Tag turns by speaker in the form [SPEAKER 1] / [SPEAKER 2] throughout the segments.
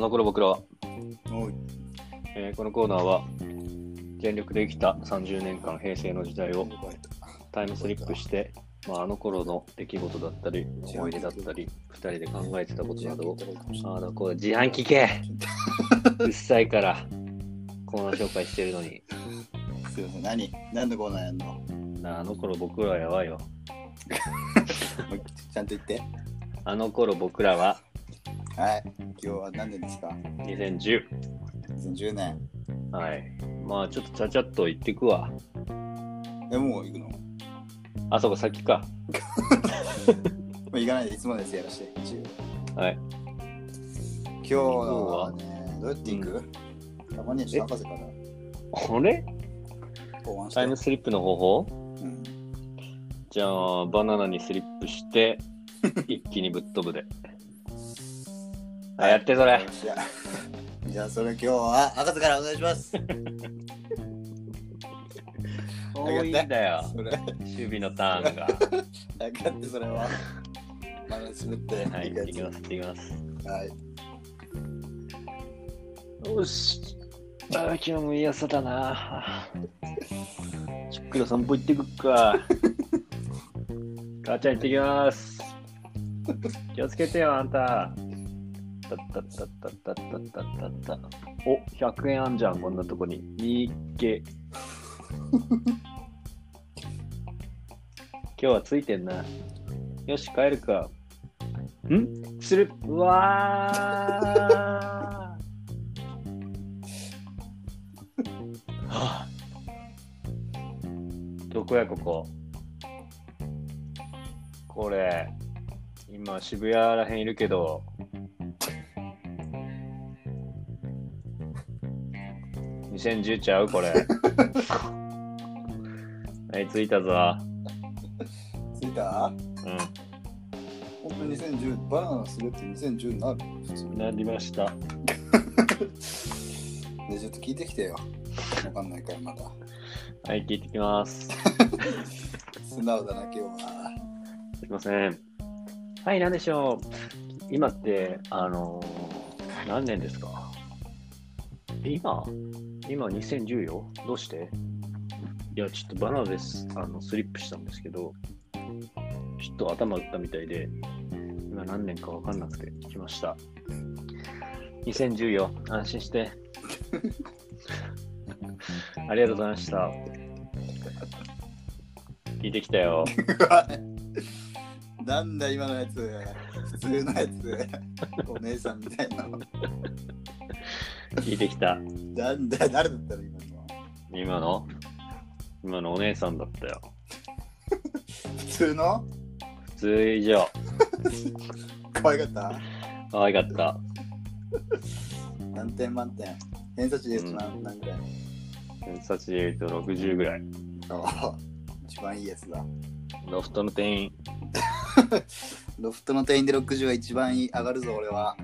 [SPEAKER 1] の頃僕らは、
[SPEAKER 2] おい
[SPEAKER 1] えーこのコーナーは全力で生きた30年間平成の時代をタイムスリップして、まあ、あの頃の出来事だったり思い出だったり2人で考えてたことなどをああだこう自販機系うっさいからコーナー紹介してるのに
[SPEAKER 2] すいません、何何のコーナーやんのも
[SPEAKER 1] あの頃僕らはやばいよ
[SPEAKER 2] うちゃんと言って。
[SPEAKER 1] あの頃僕らは
[SPEAKER 2] はい。今日は何年ですか
[SPEAKER 1] 2010
[SPEAKER 2] ?2010 年。
[SPEAKER 1] はいまあちょっとちゃちゃっと行ってくわ
[SPEAKER 2] え、もう行くの、ま
[SPEAKER 1] あそこ先か
[SPEAKER 2] あ、行かないでいつものやつやらして。一応
[SPEAKER 1] はい
[SPEAKER 2] 今日のはね、どうやって行く、たまにはちょっと博士から
[SPEAKER 1] これ
[SPEAKER 2] 考案して。
[SPEAKER 1] タイムスリップの方法
[SPEAKER 2] うん、
[SPEAKER 1] じゃあバナナにスリップして一気にぶっ飛ぶであやってそれ
[SPEAKER 2] じゃあ、 じゃあそれ今日は博士からお願いします。
[SPEAKER 1] 多いんだよ
[SPEAKER 2] それ、だ
[SPEAKER 1] 守備のターンが
[SPEAKER 2] かってそれは。まだ滑って、
[SPEAKER 1] はい
[SPEAKER 2] くや
[SPEAKER 1] 行きます行きます
[SPEAKER 2] つ。はい。
[SPEAKER 1] よし。あー今日もいい朝だな。ちょっくら散歩行ってくっか。母ちゃん行ってきます。気をつけてよ、あんた。たったったったったったったった。お、100円あんじゃん、こんなとこに。いいっけ。今日はついてんな。よし、帰るか。んする。うわー。はあ、どこやこここれ今渋谷らへんいるけど2010ちゃうこれ はい着いたぞ
[SPEAKER 2] 着いた
[SPEAKER 1] う
[SPEAKER 2] 本当に2010、バナナの滑って2010になる。普通
[SPEAKER 1] んなりました
[SPEAKER 2] で、ちょっと聞いてきてよ。わかんないからまだ。
[SPEAKER 1] はい聞いてきます
[SPEAKER 2] 素直だな、今日は。
[SPEAKER 1] すいません。はい、なんでしょう。今って、あのー何年ですかえ今今2010よ。どうしていや、ちょっとバナナです。あの、スリップしたんですけど、ちょっと頭打ったみたいで、今何年かわかんなくて来ました。2010よ。安心して。 ありがとうございました。聞いてきたよ。
[SPEAKER 2] なんだ今のやつ普通のやつお姉さんみたいな
[SPEAKER 1] 聞いてきた。
[SPEAKER 2] なんだ誰だったの今のは
[SPEAKER 1] 今の今のお姉さんだったよ。
[SPEAKER 2] 普通の
[SPEAKER 1] 普通以上。
[SPEAKER 2] 可愛かった
[SPEAKER 1] 可愛かった。
[SPEAKER 2] 何点満点偏差値ですと何,、何ぐらい
[SPEAKER 1] 偏差値で言うと60ぐらい。
[SPEAKER 2] あ一番いいやつだ
[SPEAKER 1] ロフトの店員。
[SPEAKER 2] ロフトの店員で60は一番いい上がるぞ俺は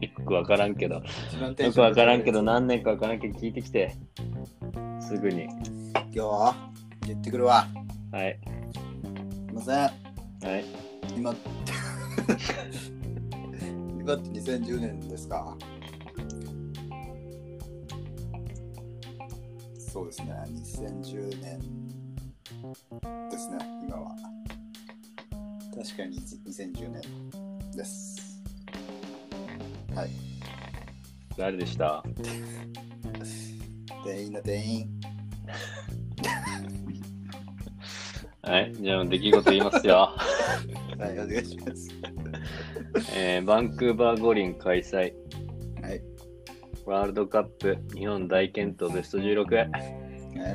[SPEAKER 1] よくわからんけど。
[SPEAKER 2] 一番テン
[SPEAKER 1] よ
[SPEAKER 2] シ
[SPEAKER 1] く
[SPEAKER 2] ョン
[SPEAKER 1] わからんけど、何年かわからんけど聞いてきて。すぐに。
[SPEAKER 2] 今日は言ってくるわ
[SPEAKER 1] はい。
[SPEAKER 2] すいません
[SPEAKER 1] はい。
[SPEAKER 2] 今 今って2010年ですかそうですね2010年ですね今は確かに2010年ですはい
[SPEAKER 1] 誰でした
[SPEAKER 2] 店員だ店員
[SPEAKER 1] はい。じゃあ、出来事言いますよ。
[SPEAKER 2] はいお願いします
[SPEAKER 1] えーバンクーバー五輪開催。
[SPEAKER 2] はい
[SPEAKER 1] ワールドカップ日本大健闘ベスト16。
[SPEAKER 2] はい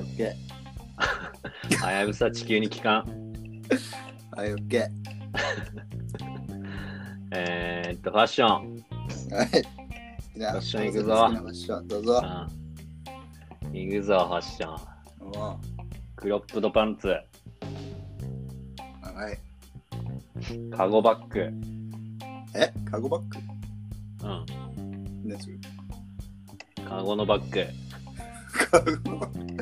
[SPEAKER 2] OK
[SPEAKER 1] はやぶさ地球に帰還。
[SPEAKER 2] はい OK
[SPEAKER 1] えーっと、ファッション。
[SPEAKER 2] はい好きな
[SPEAKER 1] ファッション行くぞ
[SPEAKER 2] 好きなファッションどうぞ
[SPEAKER 1] うんいくぞ、ファッション。
[SPEAKER 2] お
[SPEAKER 1] クロップドパンツ、
[SPEAKER 2] うはい
[SPEAKER 1] カゴバッグ。う
[SPEAKER 2] えカゴバッグ
[SPEAKER 1] ん。
[SPEAKER 2] 何それ
[SPEAKER 1] カゴのバッグ。
[SPEAKER 2] カゴ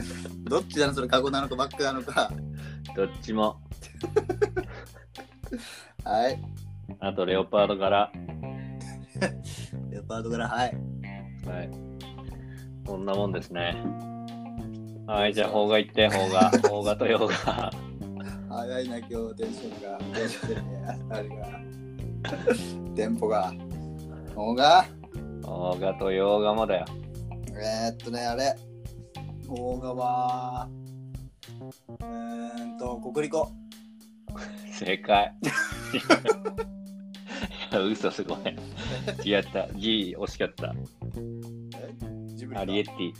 [SPEAKER 2] どっちなのそれカゴなのかバッグなのか
[SPEAKER 1] どっちも。
[SPEAKER 2] はい
[SPEAKER 1] あと、レオパード柄。
[SPEAKER 2] やっパートから、はい。
[SPEAKER 1] はい。こんなもんですね。はい、じゃあ、邦画行って、邦画。邦画と洋画。
[SPEAKER 2] 早いな、今日、テンションが。テンションでね、あれが。 テンポが。ほうが。
[SPEAKER 1] 邦画と洋画もだよ。
[SPEAKER 2] えー、っとね、あれ。ほうがは。うーんと、国立コ。
[SPEAKER 1] 正解。 いや嘘すごい。違った。G 惜しかった。
[SPEAKER 2] えジブリか
[SPEAKER 1] アリエッティ。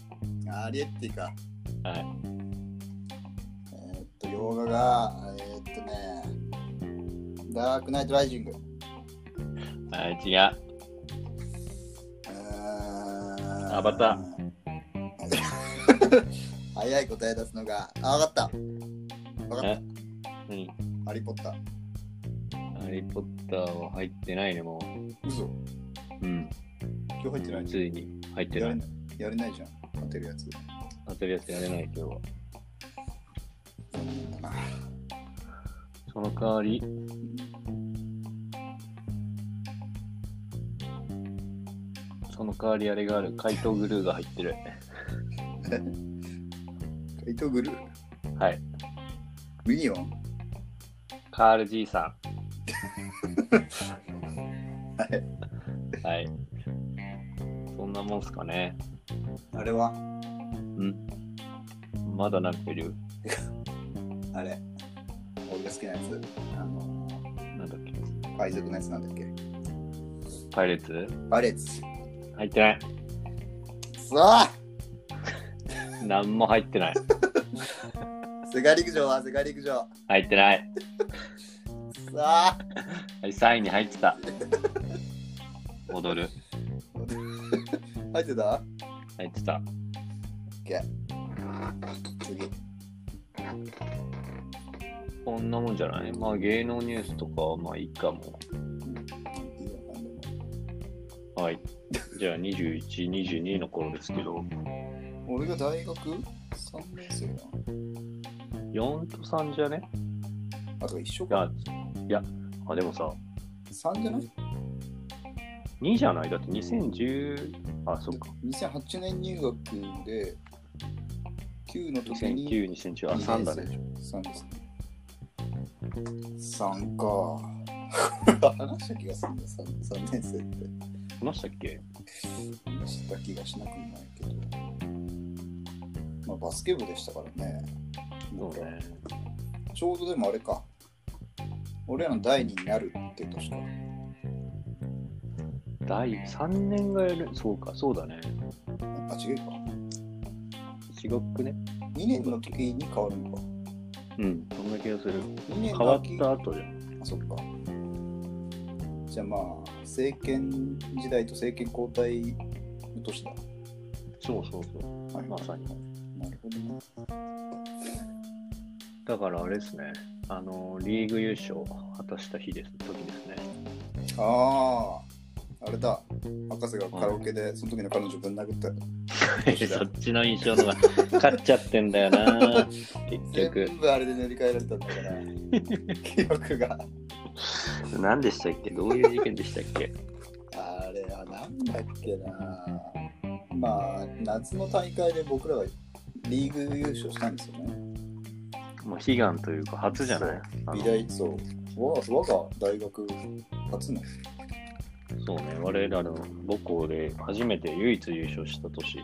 [SPEAKER 2] アリエッティか。
[SPEAKER 1] はい。
[SPEAKER 2] えーっと、洋画が、えーっとね、ダークナイトライジング。
[SPEAKER 1] はい、違う。
[SPEAKER 2] ア
[SPEAKER 1] アバタ
[SPEAKER 2] ー。 早い答え出すのが、あ、わかった。わかっ
[SPEAKER 1] え何
[SPEAKER 2] た。ハリー・ポッター。
[SPEAKER 1] ハリー・ポッターは入ってないね、も
[SPEAKER 2] 嘘
[SPEAKER 1] う。うん。
[SPEAKER 2] 今日入ってない
[SPEAKER 1] ついに入って
[SPEAKER 2] や
[SPEAKER 1] な
[SPEAKER 2] れ
[SPEAKER 1] い。
[SPEAKER 2] ないやれないじゃん。当てるやつ。
[SPEAKER 1] 当てるやつやれない、今日は。その代わり、その代わりあれがある。怪盗グルーが入ってる。
[SPEAKER 2] 怪盗グルー
[SPEAKER 1] はい。
[SPEAKER 2] ミニオン
[SPEAKER 1] カール爺さ
[SPEAKER 2] はい
[SPEAKER 1] ん。はい。そんなもんすかね。
[SPEAKER 2] あれは
[SPEAKER 1] うん。まだなんかいる。
[SPEAKER 2] あれ。俺が好きなやつ。あの
[SPEAKER 1] なんだっけ。
[SPEAKER 2] ー、海賊のやつなんだっけ
[SPEAKER 1] パイレーツ
[SPEAKER 2] パレッツ。
[SPEAKER 1] 入ってない。
[SPEAKER 2] さあ
[SPEAKER 1] なんも入ってない。
[SPEAKER 2] 世界陸上は世界陸上。さ
[SPEAKER 1] 入ってない。
[SPEAKER 2] あ
[SPEAKER 1] はい、3位に入ってた。踊る。
[SPEAKER 2] 入ってた
[SPEAKER 1] 入ってた。
[SPEAKER 2] 次。
[SPEAKER 1] こんなもんじゃないまあ芸能ニュースとかはまあいいかも。
[SPEAKER 2] いいよなんでも
[SPEAKER 1] はい。じゃあ21、22の頃ですけど、
[SPEAKER 2] 俺が大学 ?3 年生な
[SPEAKER 1] 4と3じゃね
[SPEAKER 2] あと一緒
[SPEAKER 1] い
[SPEAKER 2] か。
[SPEAKER 1] や、いや、あ、でもさ、
[SPEAKER 2] 3じゃない
[SPEAKER 1] 2じゃないだって2010、あ、そっか。
[SPEAKER 2] ?2008 年入学で、9の時に。
[SPEAKER 1] 2009、2010、あ、3だね。。
[SPEAKER 2] 3ですね。3か。話した気がするんだ、3, 3年生って。
[SPEAKER 1] いましたっけ
[SPEAKER 2] 話した気がしなくもないけど。まあ、バスケ部でしたからね。
[SPEAKER 1] そうね。
[SPEAKER 2] ちょうどでもあれか。俺らの第二になるって確か。
[SPEAKER 1] 第3年がやる、そうか、そうだね。
[SPEAKER 2] あ、違うか。
[SPEAKER 1] 違くね。
[SPEAKER 2] 2年の時に変わるのか。
[SPEAKER 1] うん、そんな気がする。
[SPEAKER 2] 2年
[SPEAKER 1] 変
[SPEAKER 2] の
[SPEAKER 1] わっ
[SPEAKER 2] 秋
[SPEAKER 1] た後じゃん。
[SPEAKER 2] あそっか。じゃあまあ、政権時代と政権交代の年だ。
[SPEAKER 1] そうそうそう。
[SPEAKER 2] はい
[SPEAKER 1] まさに。
[SPEAKER 2] なるほどね。
[SPEAKER 1] だからあれですね。あの、リーグ優勝果たした日です、時ですね。
[SPEAKER 2] ああ、あれだ。博士がカラオケで、その時の彼女ぶん殴った。
[SPEAKER 1] そっちの印象のが勝っちゃってんだよな結局
[SPEAKER 2] 全部あれで塗り替えられたんだから、 記憶が。
[SPEAKER 1] 何でしたっけどういう事件でしたっけ
[SPEAKER 2] あれはなんだっけな。まあ、夏の大会で僕らはリーグ優勝したんですよね。
[SPEAKER 1] もう悲願というか初じゃないあの
[SPEAKER 2] 美大、そう。我が我が大学初の。
[SPEAKER 1] そうね我らの母校で初めて唯一優勝した年、
[SPEAKER 2] ね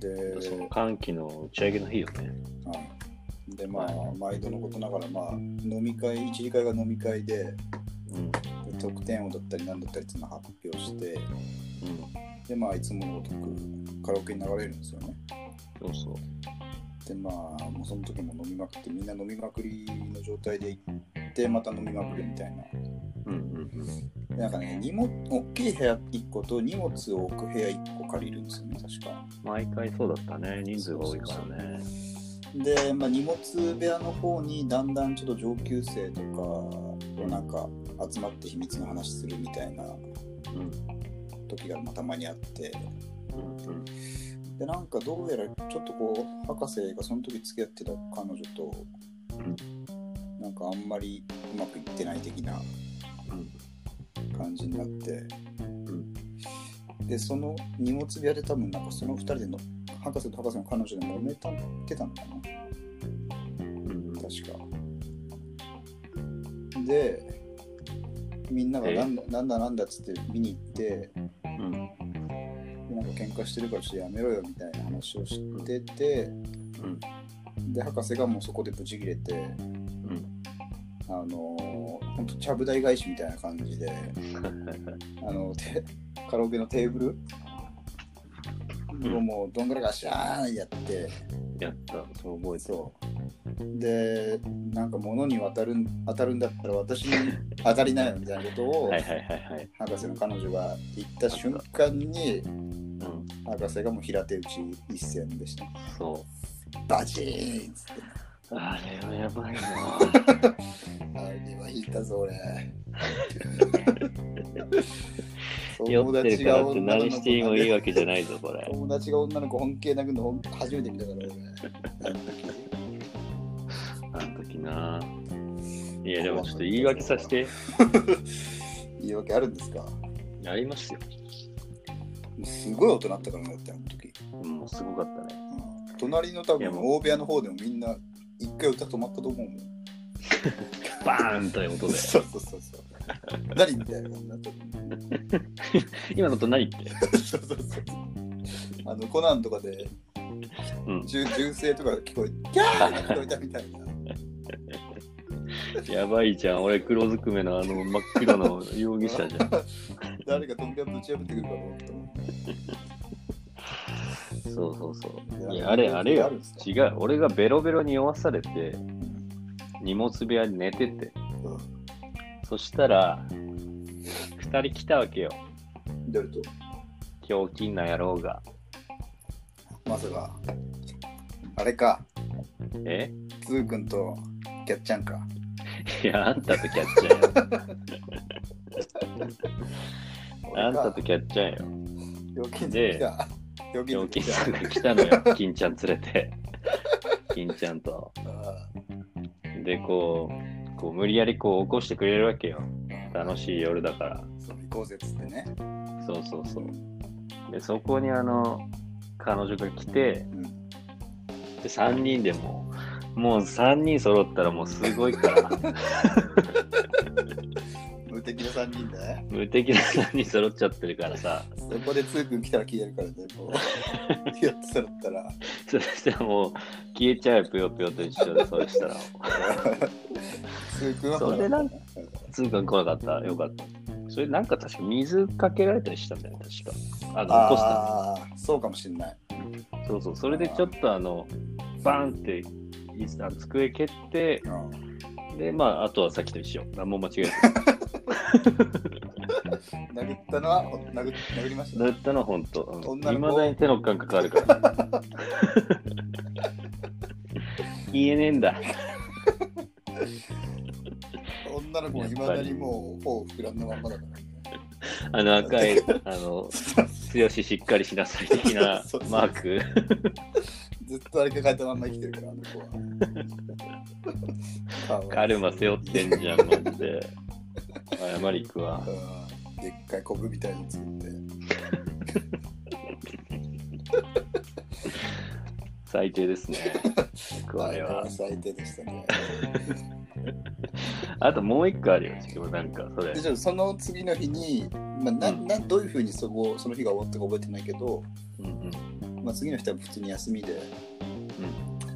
[SPEAKER 2] で、
[SPEAKER 1] その歓喜の打ち上げの日よね
[SPEAKER 2] はい、でまあ、毎度のことながら、まあ、飲み会一次会が飲み会で
[SPEAKER 1] うん
[SPEAKER 2] で得点王だったり何だったりっていうのを発表して
[SPEAKER 1] うん
[SPEAKER 2] でまあいつものごとくカラオケに流れるんですよね
[SPEAKER 1] そうそう
[SPEAKER 2] でまあもうその時も飲みまくってみんな飲みまくりの状態で行ってまた飲みまくるみたいな
[SPEAKER 1] うんうん
[SPEAKER 2] でなんかね荷物大きい部屋1個と荷物を置く部屋1個借りるんですよね確か
[SPEAKER 1] 毎回そうだったね人数が多いからね
[SPEAKER 2] で、まあ、荷物部屋の方にだんだんちょっと上級生とかなんか集まって秘密の話するみたいな
[SPEAKER 1] うん
[SPEAKER 2] 時がまあたまにあって
[SPEAKER 1] うんうん
[SPEAKER 2] でなんかどうやらちょっとこう博士がその時付き合ってた彼女となんかあんまりうまくいってない的な
[SPEAKER 1] うん
[SPEAKER 2] 感じになって
[SPEAKER 1] ん
[SPEAKER 2] で、その荷物部屋で多分、なんかその二人での、博士と博士の彼女で揉めたってたのかな
[SPEAKER 1] うん
[SPEAKER 2] 確か。で、みんながなんだなんだなんだっつって見に行って、
[SPEAKER 1] うん
[SPEAKER 2] なんか喧嘩してるからちょっとやめろよみたいな話をしてて、
[SPEAKER 1] うん
[SPEAKER 2] で、博士がもうそこでブチ切れて、
[SPEAKER 1] うん
[SPEAKER 2] あのー、ほんとちゃぶ台返しみたいな感じで、あのてカラオケのテーブルをもうどんぐらいガシャーンやって、
[SPEAKER 1] やったそう覚えて
[SPEAKER 2] そうでなんか物に渡るん当たるんだったら私に当たりなよみたいなことを、
[SPEAKER 1] るはいはいはいはい
[SPEAKER 2] 博士の彼女が言った瞬間に
[SPEAKER 1] うん
[SPEAKER 2] 博士がもう平手打ち一戦でした
[SPEAKER 1] そ
[SPEAKER 2] バチーンっつって
[SPEAKER 1] うあれはやばいな
[SPEAKER 2] あれは引いたぞ俺
[SPEAKER 1] 酔ってるからって何していいもいい
[SPEAKER 2] わ
[SPEAKER 1] わけじゃないぞこれ
[SPEAKER 2] 友達が女の子本気で泣くの初めて見たから俺
[SPEAKER 1] あの時な。いや、でもちょっと言い訳させて、
[SPEAKER 2] 言い訳あるんですかも
[SPEAKER 1] やりますよ。
[SPEAKER 2] うすごい音鳴ったからねだってあの時、
[SPEAKER 1] もうすごかったね。
[SPEAKER 2] うん、隣の多
[SPEAKER 1] いや
[SPEAKER 2] 分
[SPEAKER 1] も
[SPEAKER 2] 大部屋の方でもみんな一回歌止まったと思うもん
[SPEAKER 1] バーンという音で。
[SPEAKER 2] そうそうそうそう何みたいな感じになった
[SPEAKER 1] 今のと何って。
[SPEAKER 2] そうそうそうあのコナンとかで
[SPEAKER 1] うん。
[SPEAKER 2] 銃銃声とか聞こえキャー聞こえたみたいな
[SPEAKER 1] やばいじゃん。俺、黒ずくめのあの真っ黒の容疑者じゃん。
[SPEAKER 2] 誰か扉ぶち破ってくるかと思ったもん
[SPEAKER 1] そうそうそう。いや、あれ、あれよ。違う。俺がベロベロに酔わされて、荷物部屋に寝てて。そしたら、二人来たわけよ。
[SPEAKER 2] 出ると
[SPEAKER 1] ひょうきんな野郎が。
[SPEAKER 2] まさかあれか
[SPEAKER 1] え
[SPEAKER 2] つーくんとキャッチャンか
[SPEAKER 1] いや、あんたとキャッチャーよ。あんたとキャッチャーよ。
[SPEAKER 2] 料金で来た 料金
[SPEAKER 1] 陽
[SPEAKER 2] で
[SPEAKER 1] 金
[SPEAKER 2] 来た
[SPEAKER 1] さんが来たのよ、金ちゃん連れて。金ちゃんと。
[SPEAKER 2] あ
[SPEAKER 1] で、こう、こう無理やりこう起こしてくれるわけよ。
[SPEAKER 2] ー
[SPEAKER 1] 楽しい夜だか
[SPEAKER 2] そう行こうぜっつってね
[SPEAKER 1] ら。そうそうそう。で、そこにあの、彼女が来て、
[SPEAKER 2] うん
[SPEAKER 1] で、3人でもう、もう3人揃ったらもうすごいから、
[SPEAKER 2] 無敵な3人で
[SPEAKER 1] 無敵な3人揃っちゃってるからさ、
[SPEAKER 2] そこでつーくん来たら消えるからねもうやってそれったら
[SPEAKER 1] そしたらもう消えちゃうよ、ぷよぷよと一緒で、そうしたら。
[SPEAKER 2] つーくんは
[SPEAKER 1] それなんかつーくん来なかった、よかった。それなんか確か水かけられたりしたんだよね、確か。あの、起こした。
[SPEAKER 2] ああそうかもしんない
[SPEAKER 1] そうそう、それでちょっとあの、バンって、いあの机蹴って、
[SPEAKER 2] うん
[SPEAKER 1] で、まあ、あとはさっきと一緒。何も間違えてない。
[SPEAKER 2] 殴ったのは殴っ殴りました
[SPEAKER 1] だったのは本当。い
[SPEAKER 2] 女の子
[SPEAKER 1] まだに手の感覚あるから。 言えねえんだ。
[SPEAKER 2] 女の子もいまだにもう頬膨らんだまんまだから
[SPEAKER 1] あの赤い、あの、 強ししっかりしなさい的な
[SPEAKER 2] そうそう
[SPEAKER 1] マーク。
[SPEAKER 2] ずっとあれ抱えたまんま生きてるからあの 子はかわいい
[SPEAKER 1] カルマ背負ってんじゃん、マジで。謝り行くわ。
[SPEAKER 2] うんでっかいコブみたいに作って
[SPEAKER 1] 最低ですね。これ
[SPEAKER 2] あ
[SPEAKER 1] は
[SPEAKER 2] れ。最低でしたね
[SPEAKER 1] あともう一個あるよ。しかもなんか、それ
[SPEAKER 2] で。ちょっとその次の日に、まあ、なんなんどういうふうにそこその日が終わったか覚えてないけど、
[SPEAKER 1] うんうん。
[SPEAKER 2] まあ、次の日は普通に休みで、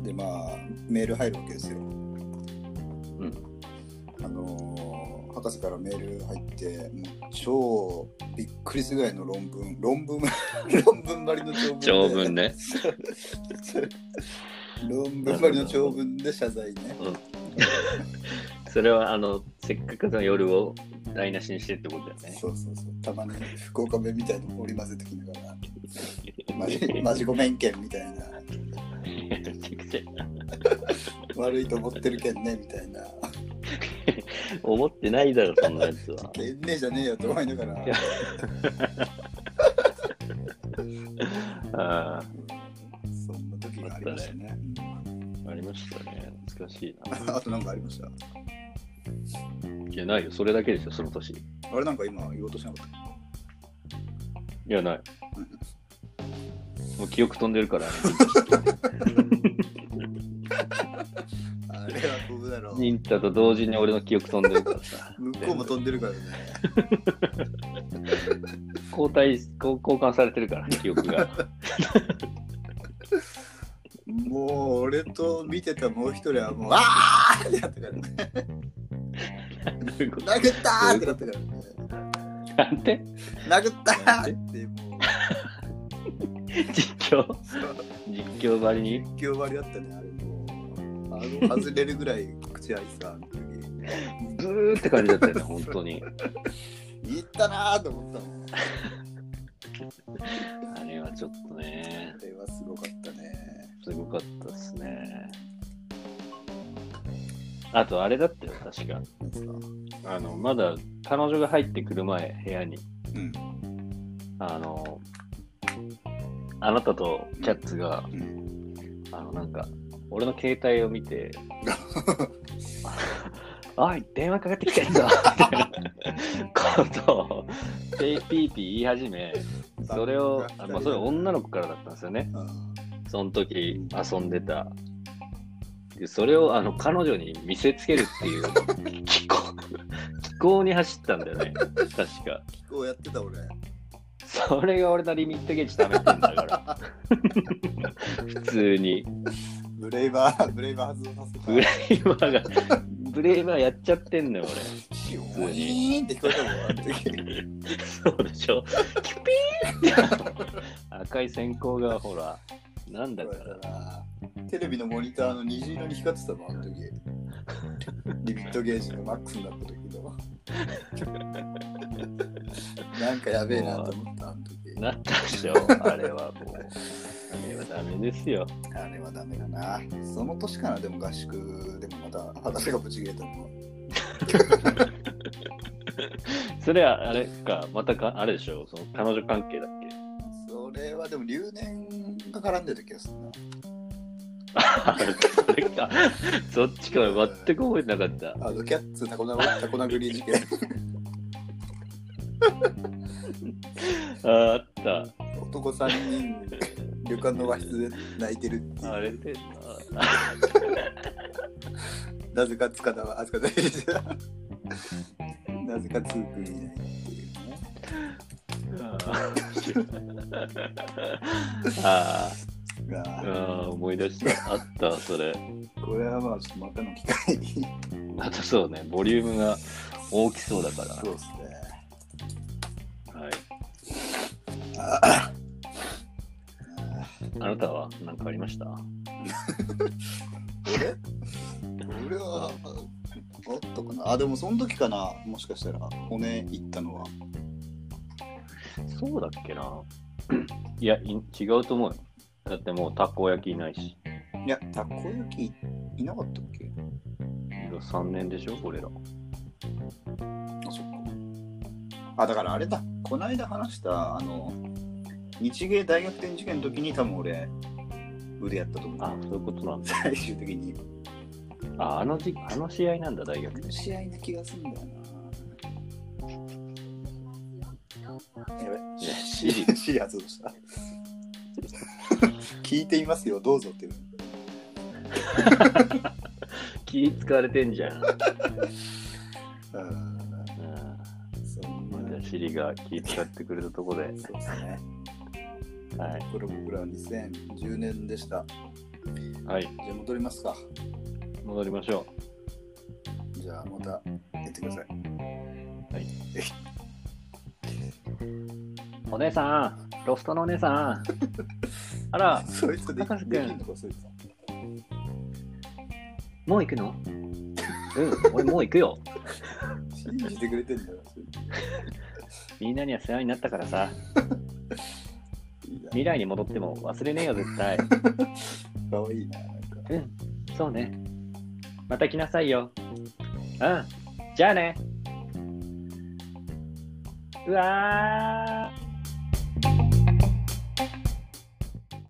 [SPEAKER 2] でまあメール入るわけですよ、
[SPEAKER 1] ん
[SPEAKER 2] あのー博士からメール入ってもう超びっくりするぐらいの論文論文 論文ばりの
[SPEAKER 1] 長
[SPEAKER 2] 長文で
[SPEAKER 1] 文ね。
[SPEAKER 2] 論文ばりの長文で謝罪ね
[SPEAKER 1] それはあのせっかくの夜を台無しにしてってことだよね。
[SPEAKER 2] そうそうそうたまに福岡弁みたいなの織り交ぜてきながらマジマジごめんけんみたいな
[SPEAKER 1] めちゃくちゃ
[SPEAKER 2] 悪いと思ってるけんねみたいな
[SPEAKER 1] 思ってないだろそんなやつ は。
[SPEAKER 2] けんねえじゃねえよと思いながら
[SPEAKER 1] いやあ
[SPEAKER 2] そんな時がありましたね
[SPEAKER 1] あありましたね。難しいな。
[SPEAKER 2] あとなんかありました
[SPEAKER 1] いやないよそれだけでしょその年。
[SPEAKER 2] あれなんか今言おうとしなかっ
[SPEAKER 1] いや、ない。もう記憶飛んでるから、
[SPEAKER 2] あれは飛ぶだろう。
[SPEAKER 1] インタと同時に俺の記憶飛んでるからさ。
[SPEAKER 2] 向こうも飛んでるからね。
[SPEAKER 1] 交代、こう交換されてるから、記 憶が。
[SPEAKER 2] もう俺と見てたもう一人はもう、あーってなったからね。殴ったーってなったからね。
[SPEAKER 1] なんて
[SPEAKER 2] 殴ったーってもう、
[SPEAKER 1] 実況実況ばりに
[SPEAKER 2] 今日割りだったね、あれもう。あの外れるぐらい口開いてた、あの時。
[SPEAKER 1] ブーって感じだったよね、本当に。
[SPEAKER 2] いったなーと思ったもん。
[SPEAKER 1] あれはちょっとね、
[SPEAKER 2] あれはすごかったね。
[SPEAKER 1] すごかったですね。あと、あれだったよ、確か。
[SPEAKER 2] なんですか
[SPEAKER 1] あの、まだ彼女が入ってくる前、部屋に、
[SPEAKER 2] うん。
[SPEAKER 1] あの、あなたとキャッツが、
[SPEAKER 2] うん。
[SPEAKER 1] あの、なんか、俺の携帯を見て、おい、電話かかってきてんぞみたいなことを、ピーピーピー言い始め、それを、あまあ、それ女の子からだったんですよね。
[SPEAKER 2] うん
[SPEAKER 1] その時遊んでた。でそれをあの彼女に見せつけるっていう気候、気候に走ったんだよね、確か。
[SPEAKER 2] こうやってた俺。
[SPEAKER 1] それが俺のリミットゲージ貯めてんだ から。普通に。
[SPEAKER 2] ブレイバー、ブレイバー外させた。
[SPEAKER 1] ブレイバーが、ブレイバーやっちゃってんのよ、
[SPEAKER 2] ヒューンって聞こえたもん、あの時。
[SPEAKER 1] 俺。そうでしょ。キュピーン赤い閃光がほら、なんだ
[SPEAKER 2] だ
[SPEAKER 1] か。
[SPEAKER 2] かららテレビのモニターの虹色に光ってたもん、あの時。リミットゲージのマックスになった時の。なんかやべえなと思った、あの時。
[SPEAKER 1] なったでしょ、あれはもう。あれはダメですよ。
[SPEAKER 2] あれはダメだな。その年かな、でも合宿でもまた話がぶち切れたのは。
[SPEAKER 1] それはあれか、またか、あれでしょ、その彼女関係だっけ。
[SPEAKER 2] それはでも留年が絡んでる気がするな。
[SPEAKER 1] あそれか、そっちから全く覚えてなかった。
[SPEAKER 2] あのキャッツタコなタコ殴り事件。
[SPEAKER 1] ああった。
[SPEAKER 2] 男3人旅館の和室で泣いてるっていう
[SPEAKER 1] あれで、あ
[SPEAKER 2] なぜか塚田はあ塚田英二だなぜかツーくんいないっていうね
[SPEAKER 1] あああ
[SPEAKER 2] が、
[SPEAKER 1] あ、思い出した。あった、それ。
[SPEAKER 2] これはまあちょっとまたの機会に
[SPEAKER 1] またそうね、ボリュームが大きそうだから。
[SPEAKER 2] そうです
[SPEAKER 1] はい、
[SPEAKER 2] ねああ
[SPEAKER 1] あなたは何かありました
[SPEAKER 2] 俺俺はあったかなあでもその時かなもしかしたら骨行ったのは
[SPEAKER 1] そうだっけな。 いや、い違うと思うよ。だってもうたこ焼きいないし。
[SPEAKER 2] いやたこ焼きいなかったっけ
[SPEAKER 1] 3年でしょ、俺ら。
[SPEAKER 2] あそっかあだからあれだこないだ話したあの日芸大逆転事件の時に多分俺腕やったと思う
[SPEAKER 1] あ、そういうことなんだ。
[SPEAKER 2] 最終的に
[SPEAKER 1] ああのじあの試合なんだ、大学で。
[SPEAKER 2] 試合な気がするんだよなやべ
[SPEAKER 1] いや
[SPEAKER 2] シリシリ発動した 聞いていますよどうぞっていう
[SPEAKER 1] 気使われてんじゃん。
[SPEAKER 2] うん
[SPEAKER 1] うん、
[SPEAKER 2] そん
[SPEAKER 1] ま
[SPEAKER 2] な
[SPEAKER 1] たシリが気使ってくれたとこで。
[SPEAKER 2] そうですね
[SPEAKER 1] はい。
[SPEAKER 2] これ僕らは2010年でした
[SPEAKER 1] はい。
[SPEAKER 2] じゃあ戻りますか
[SPEAKER 1] 戻りましょ。
[SPEAKER 2] じゃあまたやってくださいう
[SPEAKER 1] お姉さん、ロフトのお姉さ ん。あら、
[SPEAKER 2] そいつで
[SPEAKER 1] 高橋君
[SPEAKER 2] できんのかそいつ
[SPEAKER 1] もう行くのうん、俺もう行くよ。
[SPEAKER 2] 信じてくれてんだよそい
[SPEAKER 1] みんなには世話になったからさ、
[SPEAKER 2] ついいな
[SPEAKER 1] 未来に戻っても忘れねえよ、絶対。
[SPEAKER 2] かわいいななんか
[SPEAKER 1] うん、そうね。また来なさいよ。うん、じゃあね。うわー。